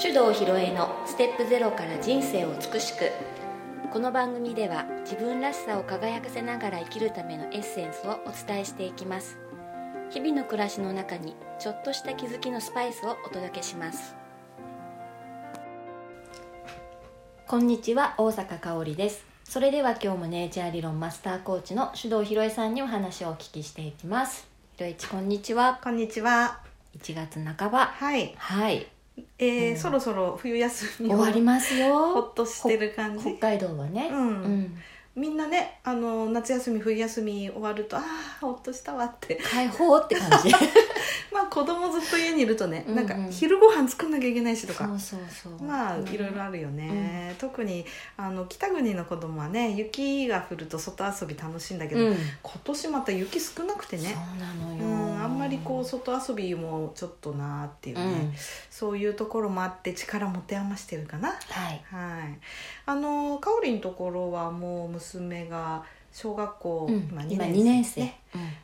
手動ひろえのステップゼロから人生を美しくこの番組では自分らしさを輝かせながら生きるためのエッセンスをお伝えしていきます日々の暮らしの中にちょっとした気づきのスパイスをお届けしますこんにちは大阪香織ですそれでは今日もネイチャー理論マスターコーチの手動ひろえさんにお話をお聞きしていきますひろいちこんにちはこんにちは。 1月半ばはい。はいえーうんそろそろ冬休み終わりますほよっとしてる感北じ。海道はね、うんうん、みんなね、あの夏休み冬休み終わるとああほっとしたわって。 解放って感じまあ子供ずっと家にいるとね、うんうんなんか昼ご飯作んなきゃいけないしとそかう。そうそうまあいろいろあるよね、特にあの北国の子供はね雪が降ると外遊び楽しいんだけど、うん今年また雪少なくてねそうなのうよ、んあんまりこう外遊びもちょっとなーっていうね、うんそういうところもあって力持て余してるかなはいはい、あのかおりんところはもう娘が小学校、うん今2年生、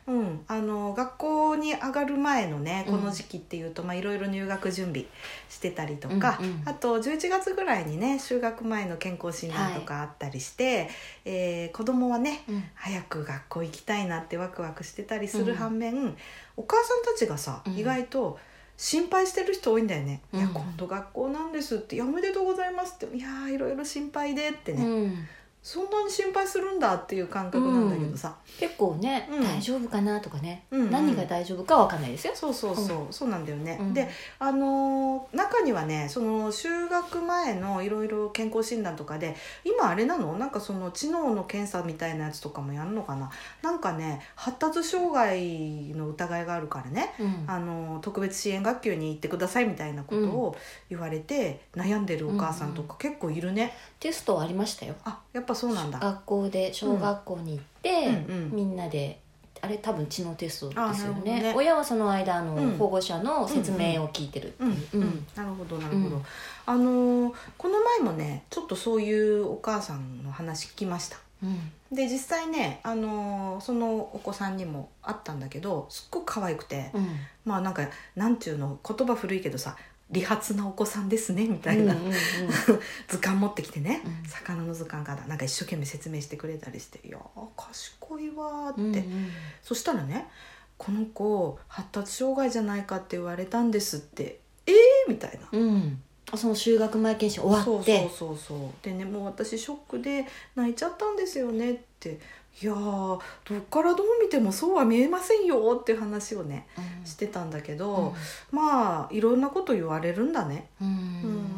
うん、あの学校に上がる前のねうんこの時期っていうと、まあ、いろいろ入学準備してたりとか、うんうんあと11月ぐらいにね就学前の健康診断とかあったりして、えー子供はねうん早く学校行きたいなってワクワクしてたりすうんる反面、お母さんたちがさ、うん意外と心配してる人多いんだよね「いうやん今度学校なんです」って「いやおめでとうございます」って「いやーいろいろ心配で」ってうね、んそんなに心配するんだっていう感覚なんだけどさ、結構ね、うん大丈夫かなとかね、うんうん何が大丈夫かわかんないですよ、そうそうそう、そうなんだよね。うんであのー中にはねその就学前のいろいろ健康診断とかで今あれなのなんかその知能の検査みたいなやつとかもやるのかななんかね発達障害の疑いがあるからね、うんあのー特別支援学級に行ってくださいみたいなことを言われて悩んでるお母さんとか結構いるね、テストありましたよあやっぱそうなんだ学校で小学校に行って、うんうんうんみんなであれ多分知能テストですよあなるほどねね親はその間あの、うん保護者の説明を聞いてるってういんう、ううんん、なるほどなるほど、うんあのーこの前もねちょっとそういうお母さんの話聞きましたうんで実際ね、あのーそのお子さんにもあったんだけどすっごく可愛くて、うんまあなんかなんちゅうの言葉古いけどさ理髪なお子さんですねみたいうんうな、んうん 図鑑持ってきてね、うん魚の図鑑からなんか一生懸命説明してくれたりして「いやー賢いわ」って、うんそしたらね「この子発達障害じゃないかって言われたんです」って「えー!」みたいな。うんうんその修学前研修終わってそうそうそうそうでねもう私ショックで泣いちゃったんですよねっていやーどっからどう見てもそうは見えませんよっていう話をねうんしてたんだけど、まあいろんなこと言われるんだね、うんう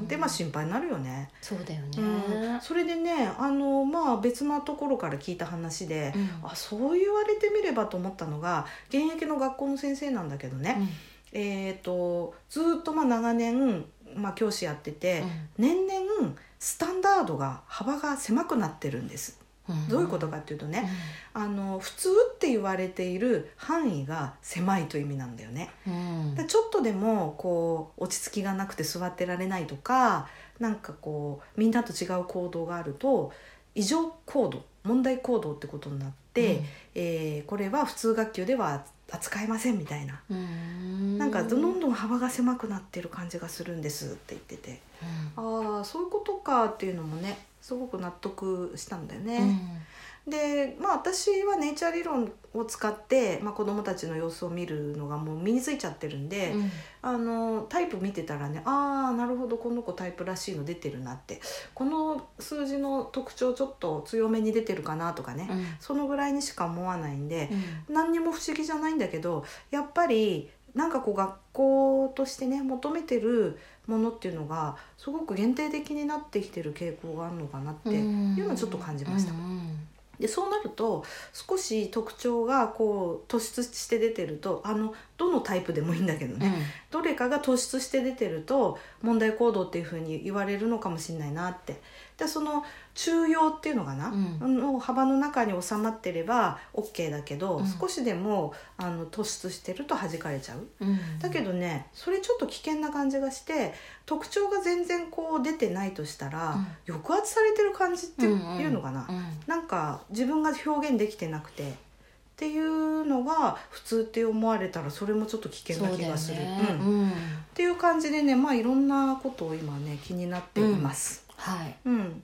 ん、でまあ心配になるよね、そうだよね、うん、それでねあのまあ別なところから聞いた話で、うんあそう言われてみればと思ったのが現役の学校の先生なんだけどね、うんえー、とずーっとまあ長年、まあ、教師やってて、年々スタンダードが幅が狭くなってるんです。うんどういうことかっていうとね、あの普通って言われている範囲が狭いという意味なんだよね。うんだからちょっとでもこう落ち着きがなくて座ってられないとか、なんかこうみんなと違う行動があると異常行動、問題行動ってことになって、えーこれは普通学級では扱えませんみたいな。うんうんなんかどんどん幅が狭くなってる感じがするんですって言ってて。うああそういうことかっていうのもねすごく納得したんだよんね、でまあ私はネイチャー理論を使って、まあ、子どもたちの様子を見るのがもう身についちゃってるんで、うんあのタイプ見てたらねああなるほどこの子タイプらしいの出てるなってこの数字の特徴ちょっと強めに出てるかなとかね、うんそのぐらいにしか思わないんで、うん何にも不思議じゃないんだけどやっぱりなんかこう学校としてね求めてるものっていうのがすごく限定的になってきてる傾向があるのかなっていうのをちょっと感じました。うんうんでそうなると少し特徴がこう突出して出てるとあのどのタイプでもいいんだけどうね、んどれかが突出して出てると問題行動っていうふうに言われるのかもしれないなってでその中庸っていうのかな、うんの幅の中に収まってれば OK だけど、うん少しでもあの突出してると弾かれちゃううんだけどねそれちょっと危険な感じがして特徴が全然こう出てないとしたら、抑圧されてる感じっていうのかな、うんうんなんか自分が表現できてなくてっっていうのが普通って思われたらそれもちょっと危険な気がする。そうだようねんうんっていう感じでねまあいろんなことを今ね気になっています。はいうん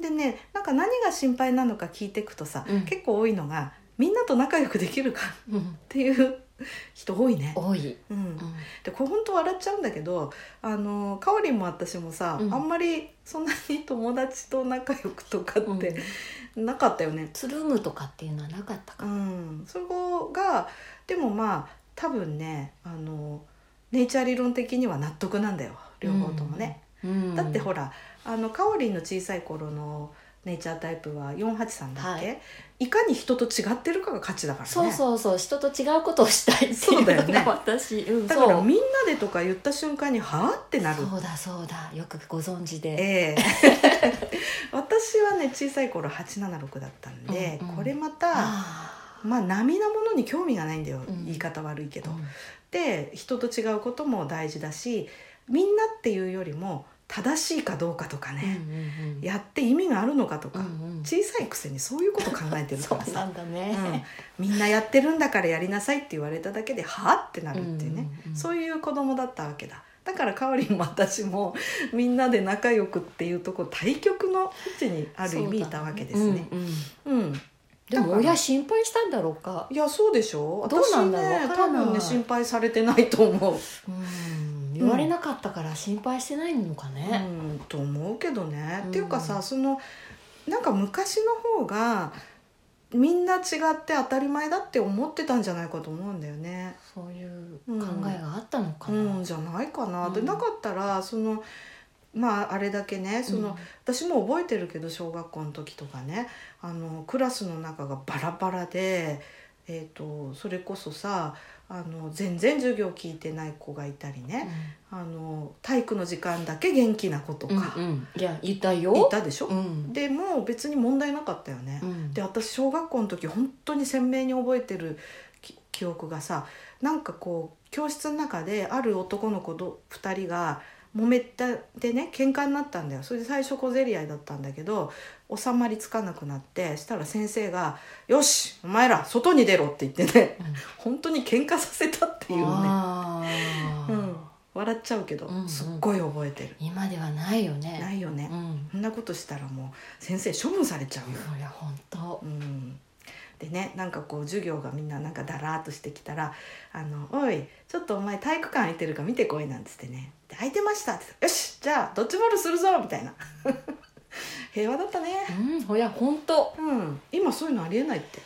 でねなんか何が心配なのか聞いていくとさ、うん結構多いのがみんなと仲良くできるかっうんていう 人多いね。多い、うんう、んでこれ本当笑っちゃうんだけどあのかおりんも私もさ、うんあんまりそんなに友達と仲良くとかうんってなかったよね。つるむとかっていうのはなかったうかんそこがでもまあ多分ねあのネイチャー理論的には納得なんだよ両方ともね。、うんうんだってほらあのかおりんの小さい頃のネイチャータイプは483だっけ、、はいかに人と違ってるかが価値だからね。そうそうそう人と違うことをしたいってそいううだよのねが私うんだからそうみんなでとか言った瞬間にはあってなるそうだそうだよくご存知で、ええ 私はね小さい頃876だったんで、うんうんこれまたあまあ並なものに興味がないんだよ、うん言い方悪いけーど。で人と違うことも大事だしみんなっていうよりも正しいかどうかとかうんね、うんうんやって意味があるのかとか、うんうん小さいくせにそういうこと考えてるそからうなさ。んだうんね、、みんなやってるんだからやりなさいって言われただけではあってなるっていううね、んうんうんそういう子供だったわけだだからかおりんも私もみんなで仲良くっていうとこ対極の位置にある意味いたわけですね。うんうんうん、でも親心配したんだろうか、いやそうでしょどうなんだろう私ねわから多ない分ね心配されてないと思う、うん、言われなかったから心配してないのかうね、ん、と思うけどね、うんっていうかさそのなんか昔の方がみんな違って当たり前だって思ってたんじゃないかと思うんだよね。そういう考えがあったのかな、うん、じゃないかな、でうんなかったらそのまああれだけねその、うん私も覚えてるけど小学校の時とかねあのクラスの中がバラバラで、えー、とそれこそさあの全然授業聞いてない子がいたりね、あの体育の時間だけ元気な子とうんかうんうんいやいたよいたでしょ、うんでも別に問題なかったよね。うんで私小学校の時本当に鮮明に覚えてるき記憶がさなんかこう教室の中である男の子と2人が揉めたでね喧嘩になったんだよそれで最初小競り合いだったんだけど収まりつかなくなってしたら先生が「よしお前ら外に出ろ」って言ってね うん本当に喧嘩させたっていうね、あうーん、笑っちゃうけど、うんうんすっごい覚えてる。今ではないよねないよね、うんそんなことしたらもう先生処分されちゃうよ。そりゃ本当うんでねなんかこう授業がみんななんかだらーっとしてきたら「あのおいちょっとお前体育館空いてるか見てこい」なんつってね「で空いてました」ってよしじゃあドッジボールするぞ」みたいな 平和だったねうんほや本当うん今そういうのありえないって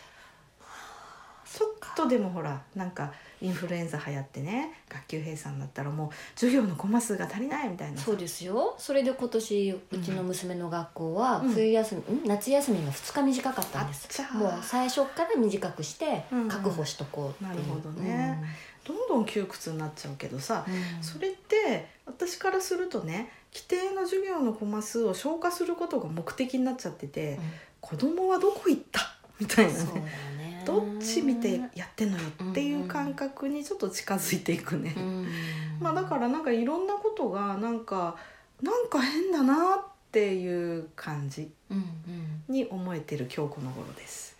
ちょっとでもほらなんかインフルエンザ流行ってね学級閉鎖になったらもう授業のコマ数が足りないみたいなさそうですよそれで今年うちの娘の学校はうん冬休み、ん、夏休みが2日短かったんであっすちゃーもう最初から短くしてうんうん確保しとこうっていう、なるほどねどんどん窮屈になっちゃうけどさうん、うんそれって私からするとね規定の授業のコマ数を消化することが目的になっちゃってて、子供はどこ行ったみたいなそうだねねどっち見てやってんのよっていう感覚にちょっと近づいていくね、うんまあだからなんかいろんなことがなんかなんか変だなっていう感じうんうんに思えてる今日この頃です。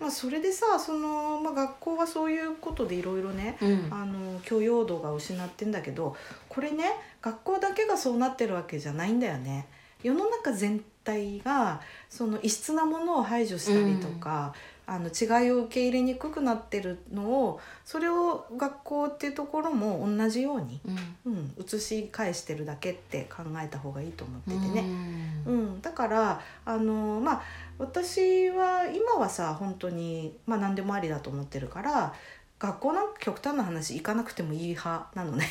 まあ、それでさその、まあ、学校はそういうことでいろいろねうんあの許容度が失ってんだけどこれね学校だけがそうなってるわけじゃないんだよね。世の中全体がその異質なものを排除したりとか、あの違いを受け入れにくくなってるのをそれを学校っていうところも同じように、うんうん、移し返してるだけって考えた方がいいと思っててね。うんうん、だからあのまあ私は今はさ本当にまあ何でもありだと思ってるから学校なんか極端な話行かなくてもいい派なのね。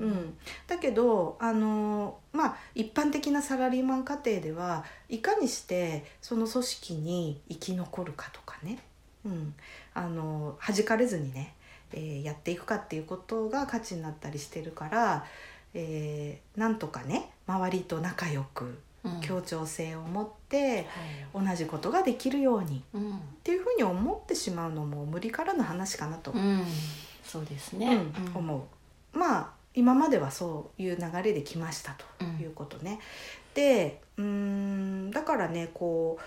うんうん、だけどあのまあ一般的なサラリーマン家庭ではいかにしてその組織に生き残るかとかね、うん、あの弾かれずにね、えーやっていくかっていうことが価値になったりしてるから、えーなんとかね周りと仲良くうん協調性を持ってはい同じことができるようにっうんていうふうに思ってしまうのも無理からの話かなと、うんそうですね、うん思う。まあ今まではそういう流れで来ましたということね。でうーんだからねこ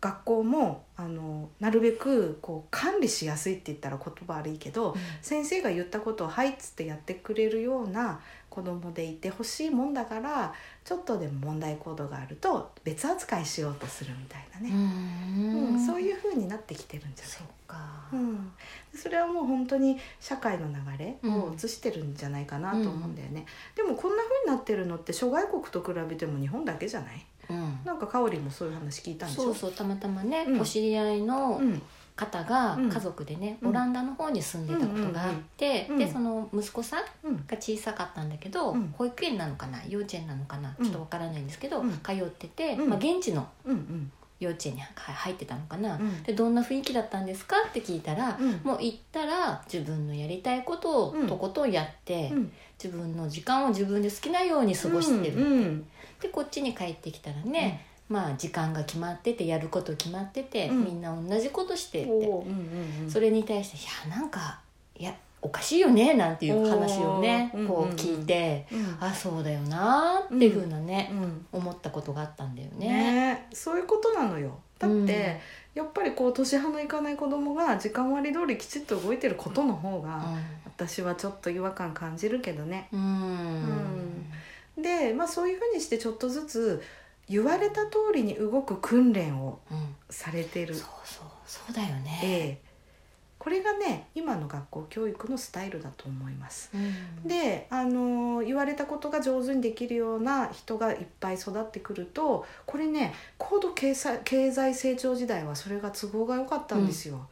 学校もあのなるべくこう管理しやすいって言ったら言葉悪いけど、先生が言ったことを「はい」っつってやってくれるような子供でいてほしいもんだからちょっとでも問題行動があると別扱いしようとするみたいなね、うんそういう風になってきてるんじゃないそうか、うん、それはもう本当に社会の流れを映してるんじゃないかなと思うんだよね、でもこんな風になってるのって諸外国と比べても日本だけじゃないうんなんか香りもそういう話聞いたんでしょそうそうたまたまね、うんお知り合いのうん方がうん家族でね、うんオランダの方に住んでたことがあって、うんうんうんでその息子さんうんが小さかったんだけど、うん保育園なのかな幼稚園なのかな、うんちょっとわからないんですけど、うん通ってて、うんまあ、現地のうんうん幼稚園には入ってたのかな、うんでどんな雰囲気だったんですかって聞いたら、うんもう行ったら自分のやりたいことをうんとことんやって、うん自分の時間を自分で好きなように過ごしてる、うんうんでこっちに帰ってきたらね、まあ時間が決まっててやること決まってて、うんみんな同じことしてって、おーうんうんうんそれに対して「いやなんかいやおかしいよね」なんていう話をねおーこうんうんううん聞いてうん「あそうだよな」っていうふうなね、うん思ったことがあったんだよね。ねそういうことなのよだって、うんやっぱりこう年派のいかない子供が時間割り通りきちっと動いてることの方うが、ん私はちょっと違和感感じるけどねうーんで、まあ、そういうふうにしてちょっとずつ言われた通りに動く訓練をうんされてるそう、そうそうだよね。ええこれがね今の学校教育のスタイルだと思います。うんで、あのー言われたことが上手にできるような人がいっぱい育ってくるとこれね高度経済経済成長時代はそれが都合が良かったんですよ。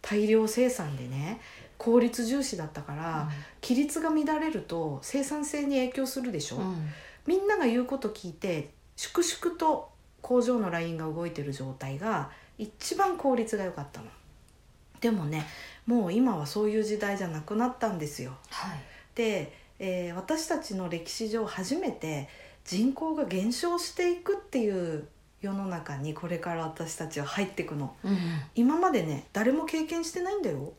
大量生産でね効率重視だったから、規律が乱れると生産性に影響するでしょ、うんみんなが言うこと聞いて粛々と工場のラインが動いてる状態が一番効率が良かったのでもねもう今はそういう時代じゃなくなったんですよはいで、えー私たちの歴史上初めて人口が減少していくっていう世の中にこれから私たちは入っていくのうん今までね誰も経験してないんだよ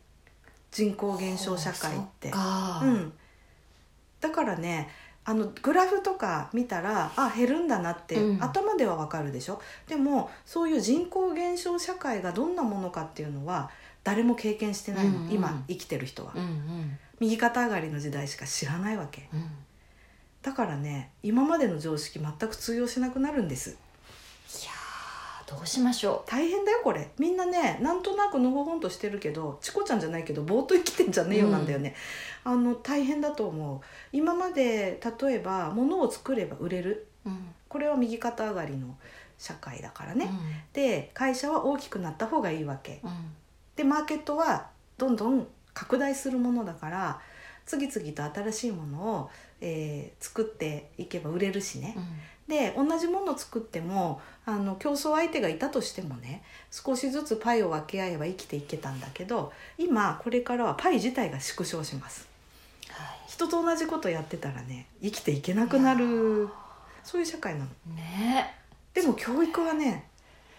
人口減少社会ってそかうん、だからねあのグラフとか見たらあ減るんだなって、うん頭ではわかるでしょでもそういう人口減少社会がどんなものかっていうのは誰も経験してないうの、んうん今生きてる人は、うんうん右肩上がりの時代しか知らないわけうんだからね今までの常識全く通用しなくなるんですいやーどうしましょ大変だよこれみんなねなんとなくのほほんとしてるけどチコちゃんじゃないけどぼーっと生きてんじゃねえよなんだよね、あの大変だと思う今まで例えば物を作れば売れるう、うんこれは右肩上がりの社会だからね、で会社は大きくなった方がいいわけうんでマーケットはどんどん拡大するものだから次々と新しいものを、えー作っていけば売れるしね、うんで同じものを作ってもあの競争相手がいたとしてもね少しずつパイを分け合えば生きていけたんだけど今これからはパイ自体が縮小しますは人と同じことやってたらね生きていけなくなるそういう社会なのいねでも教育はね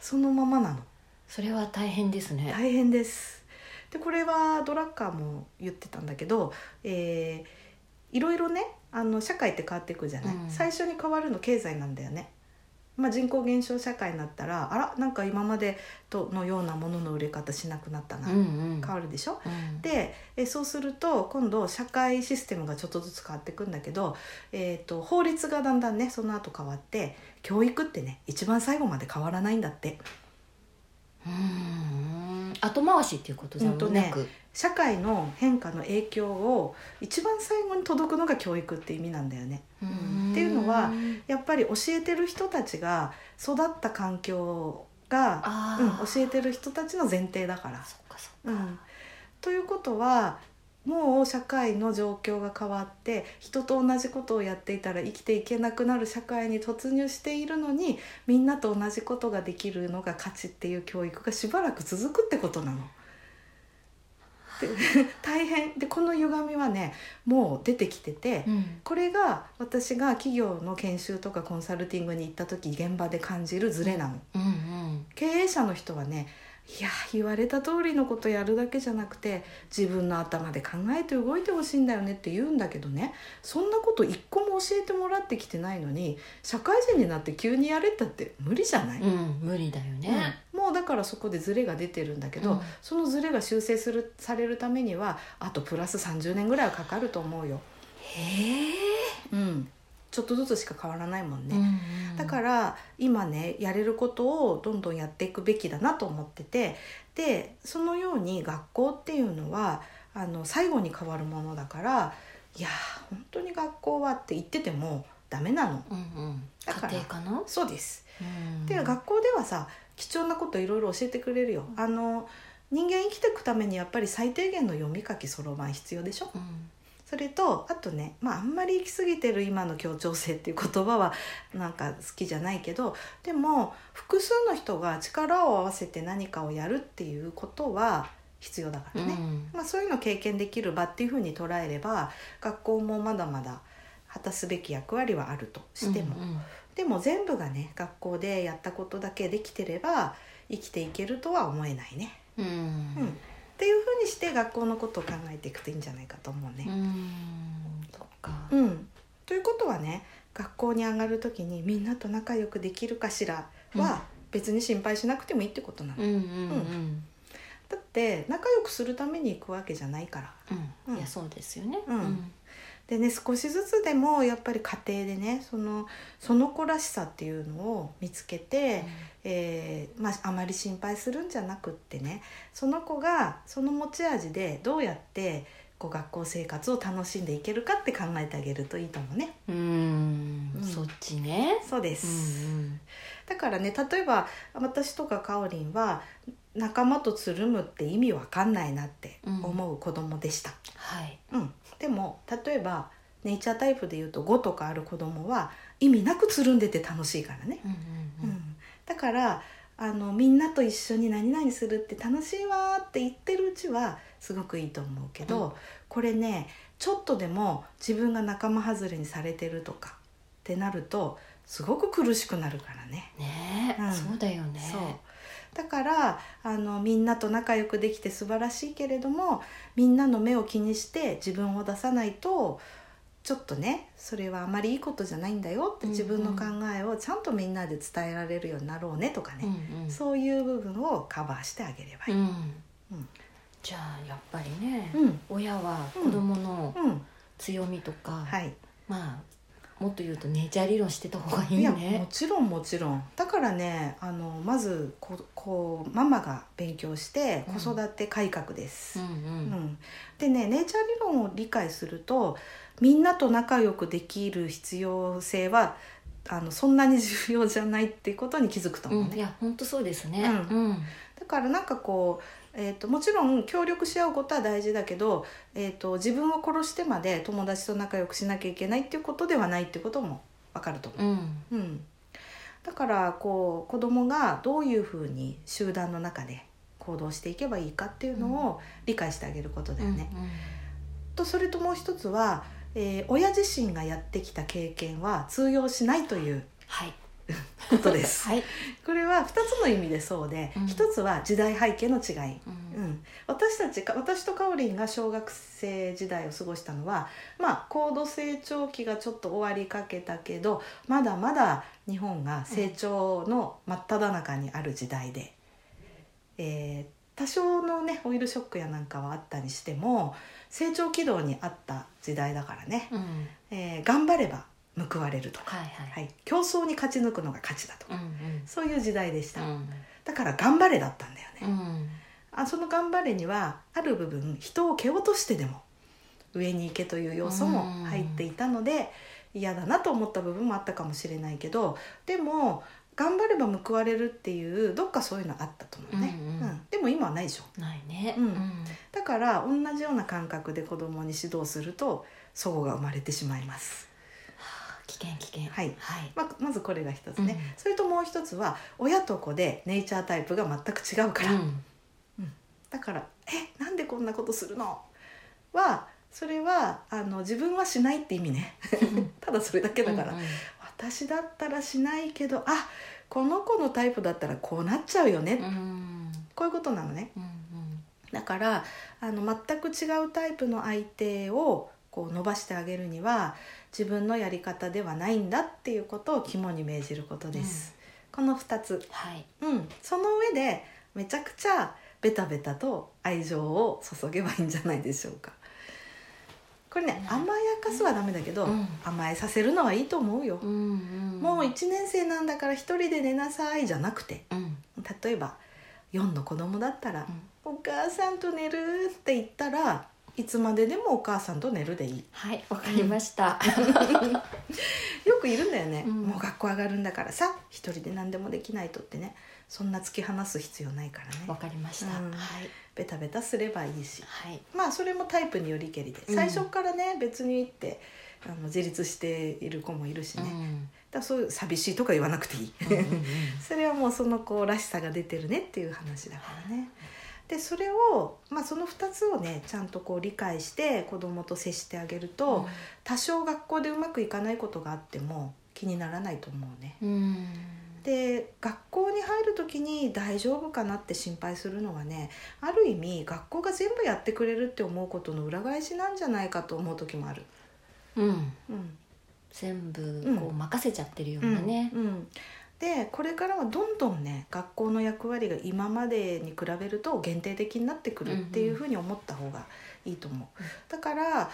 そのままなのそれは大変ですね、大変ですでこれはドラッカーも言ってたんだけど、えーいろいろねあの社会って変わっていくじゃない、うん最初に変わるの経済なんだよね、まあ、人口減少社会になったらあらなんか今までとのようなものの売れ方しなくなったな、うんうん変わるでしょうんでえそうすると今度社会システムがちょっとずつ変わっていくんだけど、えー、と法律がだんだんねその後変わって教育ってね一番最後まで変わらないんだって。うん後回しっていうことでもなく、社会の変化の影響を一番最後に届くのが教育って意味なんだよね。うんっていうのはうんやっぱり教えてる人たちが育った環境が、あうんあ、、教えてる人たちの前提だから。そっかそっかうん、ということはもう社会の状況が変わって人と同じことをやっていたら生きていけなくなる社会に突入しているのにみんなと同じことができるのが価値っていう教育がしばらく続くってことなの。で大変でこの歪みはねもう出てきてて、うんこれが私が企業の研修とかコンサルティングに行った時現場で感じるズレなの。うんうん経営者の人はねいや言われた通りのことやるだけじゃなくて自分の頭で考えて動いてほしいんだよねって言うんだけどねそんなこと一個も教えてもらってきてないのに社会人になって急にやれったって無理じゃない、うん無理だよね、うんもうだからそこでズレが出てるんだけど、うんそのズレが修正するされるためにはあとプラス30年ぐらいはかかると思うよ、へうん、ちょっとずつしか変わらないもんえ、ね、だから今ねやれることをどんどんやっていくべきだなと思っててでそのように学校っていうのはあの最後に変わるものだからいやー本当に学校はって言っててもダメなのうんうんだから家庭かな、そうです。うん、で学校ではさ貴重なこといろいろ教えてくれるよ。あの人間生きていくためにやっぱり最低限の読み書きそろばん必要でしょうんそれとあとね、まあ、あんまり行き過ぎてる今の協調性っていう言葉はなんか好きじゃないけどでも複数の人が力を合わせて何かをやるっていうことは必要だかうらね、んまあ、そういうのを経験できる場っていうふうに捉えれば学校もまだまだ果たすべき役割はあるとしても、うんでも全部がね学校でやったことだけできてれば生きていけるとは思えないね。うんうんっていうふうにして学校のことを考えていくといいんじゃないかと思うね。うんうんそっかうん、ということはね学校に上がる時にみんなと仲良くできるかしらうんは別に心配しなくてもいいってことなの、うんうんうんだって仲良くするために行くわけじゃないからううんんいやそうですよねうんでね少しずつでもやっぱり家庭でねそのその子らしさっていうのを見つけて、えーまあ、あまり心配するんじゃなくってねその子がその持ち味でどうやってこう学校生活を楽しんでいけるかって考えてあげるといいと思うね。うんうんそっちねそうです、うんだからね例えば私とかかおりんは仲間とつるむって意味わかんないなって思う子供でした、はいうんでも例えばネイチャータイプで言うと5とかある子供は意味なくつるんでて楽しいからね、うんううんんだからあのみんなと一緒に何々するって楽しいわーって言ってるうちはすごくいいと思うけど、うんこれねちょっとでも自分が仲間外れにされてるとかってなるとすごく苦しくなるからね。ねえうんそうだよねそうだからあのみんなと仲良くできて素晴らしいけれどもみんなの目を気にして自分を出さないとちょっとねそれはあまりいいことじゃないんだよってうんうん自分の考えをちゃんとみんなで伝えられるようになろうねとかうね、んうんそういう部分をカバーしてあげればいい。ううんんじゃあやっぱりねうん、親は子供のうん強みとかはいまあもっと言うとネイチャー理論してた方がいいいやもねちろんもちろんだからねあのまずここうママが勉強して子育て改革ですう、んうんうん、でねネイチャー理論を理解するとみんなと仲良くできる必要性はあのそんなに重要じゃないっていうことに気づくと思うね、うん、いや本当そうですね。、うんだからなんかこう、えー、ともちろん協力し合うことは大事だけど、えー、と自分を殺してまで友達と仲良くしなきゃいけないっていうことではないっていうことも分かると思ううん、うん、だからこう子供がどういうふうに集団の中で行動していけばいいかっていうのを理解してあげることだよね。とそれともう一つは、えー親自身がやってきた経験は通用しないというはい、ことです。はい、これは2つの意味でそうで、うん一つは時代背景の違い。う、うんん、私たちか私とかおりんが小学生時代を過ごしたのは、まあ、高度成長期がちょっと終わりかけたけどまだまだ日本が成長の真っ只中にある時代で、えー多少のねオイルショックやなんかはあったにしても成長軌道にあった時代だからね、うん、えー頑張れば報われるとか、はいははい、い、競争に勝ち抜くのが勝ちだとうか、んうんそういう時代でした、うんだから頑張れだったんだよね。うん、あその頑張れにはある部分人を蹴落としてでも上に行けという要素も入っていたので嫌だなと思った部分もあったかもしれないけどでも頑張れば報われるっていうどっかそういうのあったと思うね、うんうんでも今はないでしょないね。うんだから同じような感覚で子供に指導すると齟齬が生まれてしまいます、危険危険。はいはい。まあまずこれが一つね、うんそれともう一つは親と子でネイチャータイプが全く違うから、うんだから「えなんでこんなことするの?」はそれはあの自分はしないって意味ね ただそれだけ だから、うんうん私だったらしないけどあこの子のタイプだったらこうなっちゃうよね、うんこういうことなのねだからあの全く違うタイプの相手をこう伸ばしてあげるには自分のやり方ではないんだっていうことを肝に銘じることです、この2つはいうん、その上でめちゃくちゃベタベタと愛情を注げばいいんじゃないでしょうかこれねうん甘やかすはダメだけど、うん甘えさせるのはいいと思うよ、ももう1年生なんだから一人で寝なさいじゃなくてうん例えば4の子供だったら「お母さんと寝る」って言ったらいつまででもお母さんと寝るでいいはいわかりましたよくいるんだよね、うんもう学校上がるんだからさ一人で何でもできないとってねそんな突き放す必要ないからねわかりましたうんはいベタベタすればいいしはいまあそれもタイプによりけりでうん最初からね、別にってあの自立している子もいるしね、うだかんらそういう寂しいとか言わなくていい、うんうんうん それはもうその子らしさが出てるねっていう話だからね。でそれを、まあ、その2つをねちゃんとこう理解して子供と接してあげると、多少学校でうまくいかないことがあっても気にならないと思うね。うんで学校に入る時に大丈夫かなって心配するのはねある意味学校が全部やってくれるって思うことの裏返しなんじゃないかと思う時もある。うんうん全部こう任せちゃってるよううんなねうんでこれからはどんどんね学校の役割が今までに比べると限定的になってくるっていうふうに思った方がいいと思う。うんだから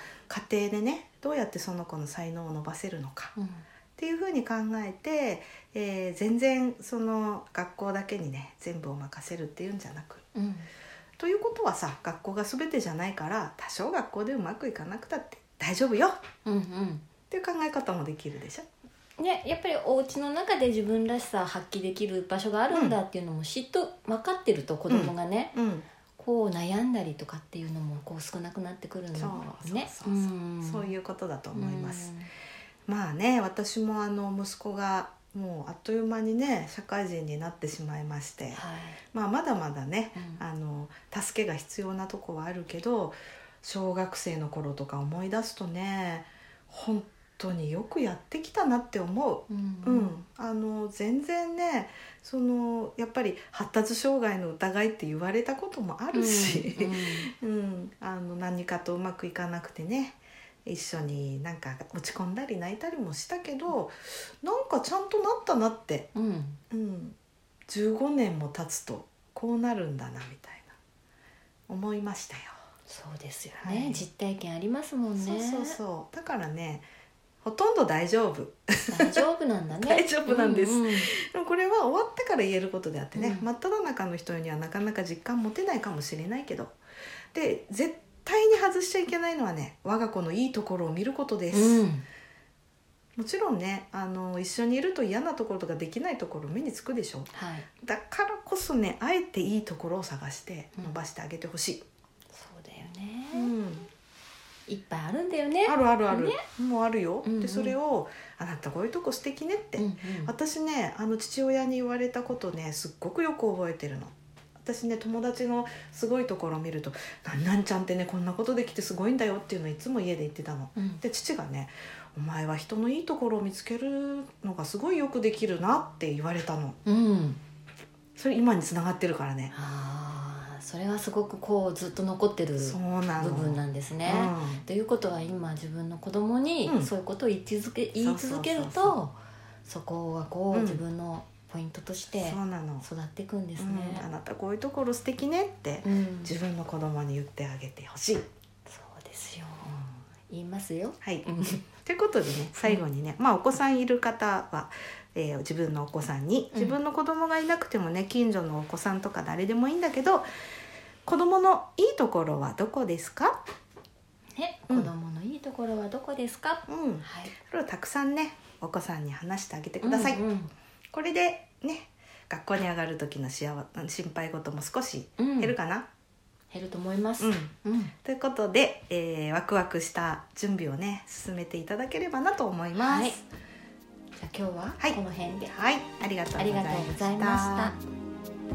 家庭でねどうやってその子の才能を伸ばせるのか。うんっていうふうに考えて、えー全然その学校だけにね全部を任せるっていうんじゃなくうんということはさ学校が全てじゃないから多少学校でうまくいかなくたって大丈夫よっうんうんていう考え方もできるでしょ。ね、やっぱりお家の中で自分らしさを発揮できる場所があるんだっていうのも知っと分かってると子供がね、うん、こう悩んだりとかっていうのもこう少なくなってくるのもねそうそうそうそうういうことだとと思います。まあね私もあの息子がもうあっという間にね社会人になってしまいまして、はい、まあ、まだまだねうんあの助けが必要なとこはあるけど小学生の頃とか思い出すとね本当によくやってきたなって思うう、うんあの全然ねそのやっぱり発達障害の疑いって言われたこともあるし、うんうんうん、あの何かとうまくいかなくてね一緒になんか落ち込んだり泣いたりもしたけどなんかちゃんとなったなって、うんうん、15年も経つとこうなるんだなみたいな思いましたよ。そうですよね、はい実体験ありますもんねそうそうそうだからねほとんど大丈夫大丈夫なんだね大丈夫なんですううでもこれは終わってから言えることであってね、うん真っ只中の人にはなかなか実感持てないかもしれないけどで絶対に外しちゃいけないのはね我が子のいいところを見ることです。うんもちろんねあの一緒にいると嫌なところとかできないところ目につくでしょはい、だからこそねあえていいところを探してうん伸ばしてあげてほしい、そうだよね、うんいっぱいあるんだよねあるあるある、ねもうあるよ、うんうんでそれを「あなたこういうとこ素敵ね」って、うんうん私ねあの父親に言われたことねすっごくよく覚えてるの私ね友達のすごいところを見ると「なんなんちゃんってねこんなことできてすごいんだよ」っていうのをいつも家で言ってたのうんで父がね「お前は人のいいところを見つけるのがすごいよくできるな」って言われたのうんそれ今につながってるからね、ああそれはすごくこうずっと残ってるそう部なの分なんですね。ということは今自分の子供にうんそういうことを言い続け,、言い続けるそうそうそうとそこはこう、うん自分のポイントとしうん、てそうなの、育っていくんですうんあね。なたこういうところ素敵ねってうん自分の子供に言ってあげてほしい、そうですよ言いますよ。はいうんということでね最後にね、まあ、お子さんいる方は、えー自分のお子さんにうん自分の子供がいなくてもね近所のお子さんとか誰でもいいんだけど子供のいいところはどこですか、ね子うん供のいいところはどこですか、うん、はいそれをたくさんねお子さんに話してあげてください、うんうんこれでね学校に上がる時の幸せ心配事も少しうん減るかな、減ると思います。うんうんということで、えーワクワクした準備をね進めていただければなと思います。はいじゃあ今日ははいこの辺で、はい、ありがとうありがとうごござざいいまましした。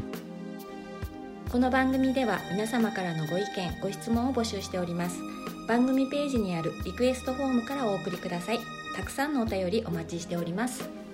たこの番組では皆様からのご意見ご質問を募集しております番組ページにあるリクエストフォームからお送りくださいたくさんのお便りお待ちしております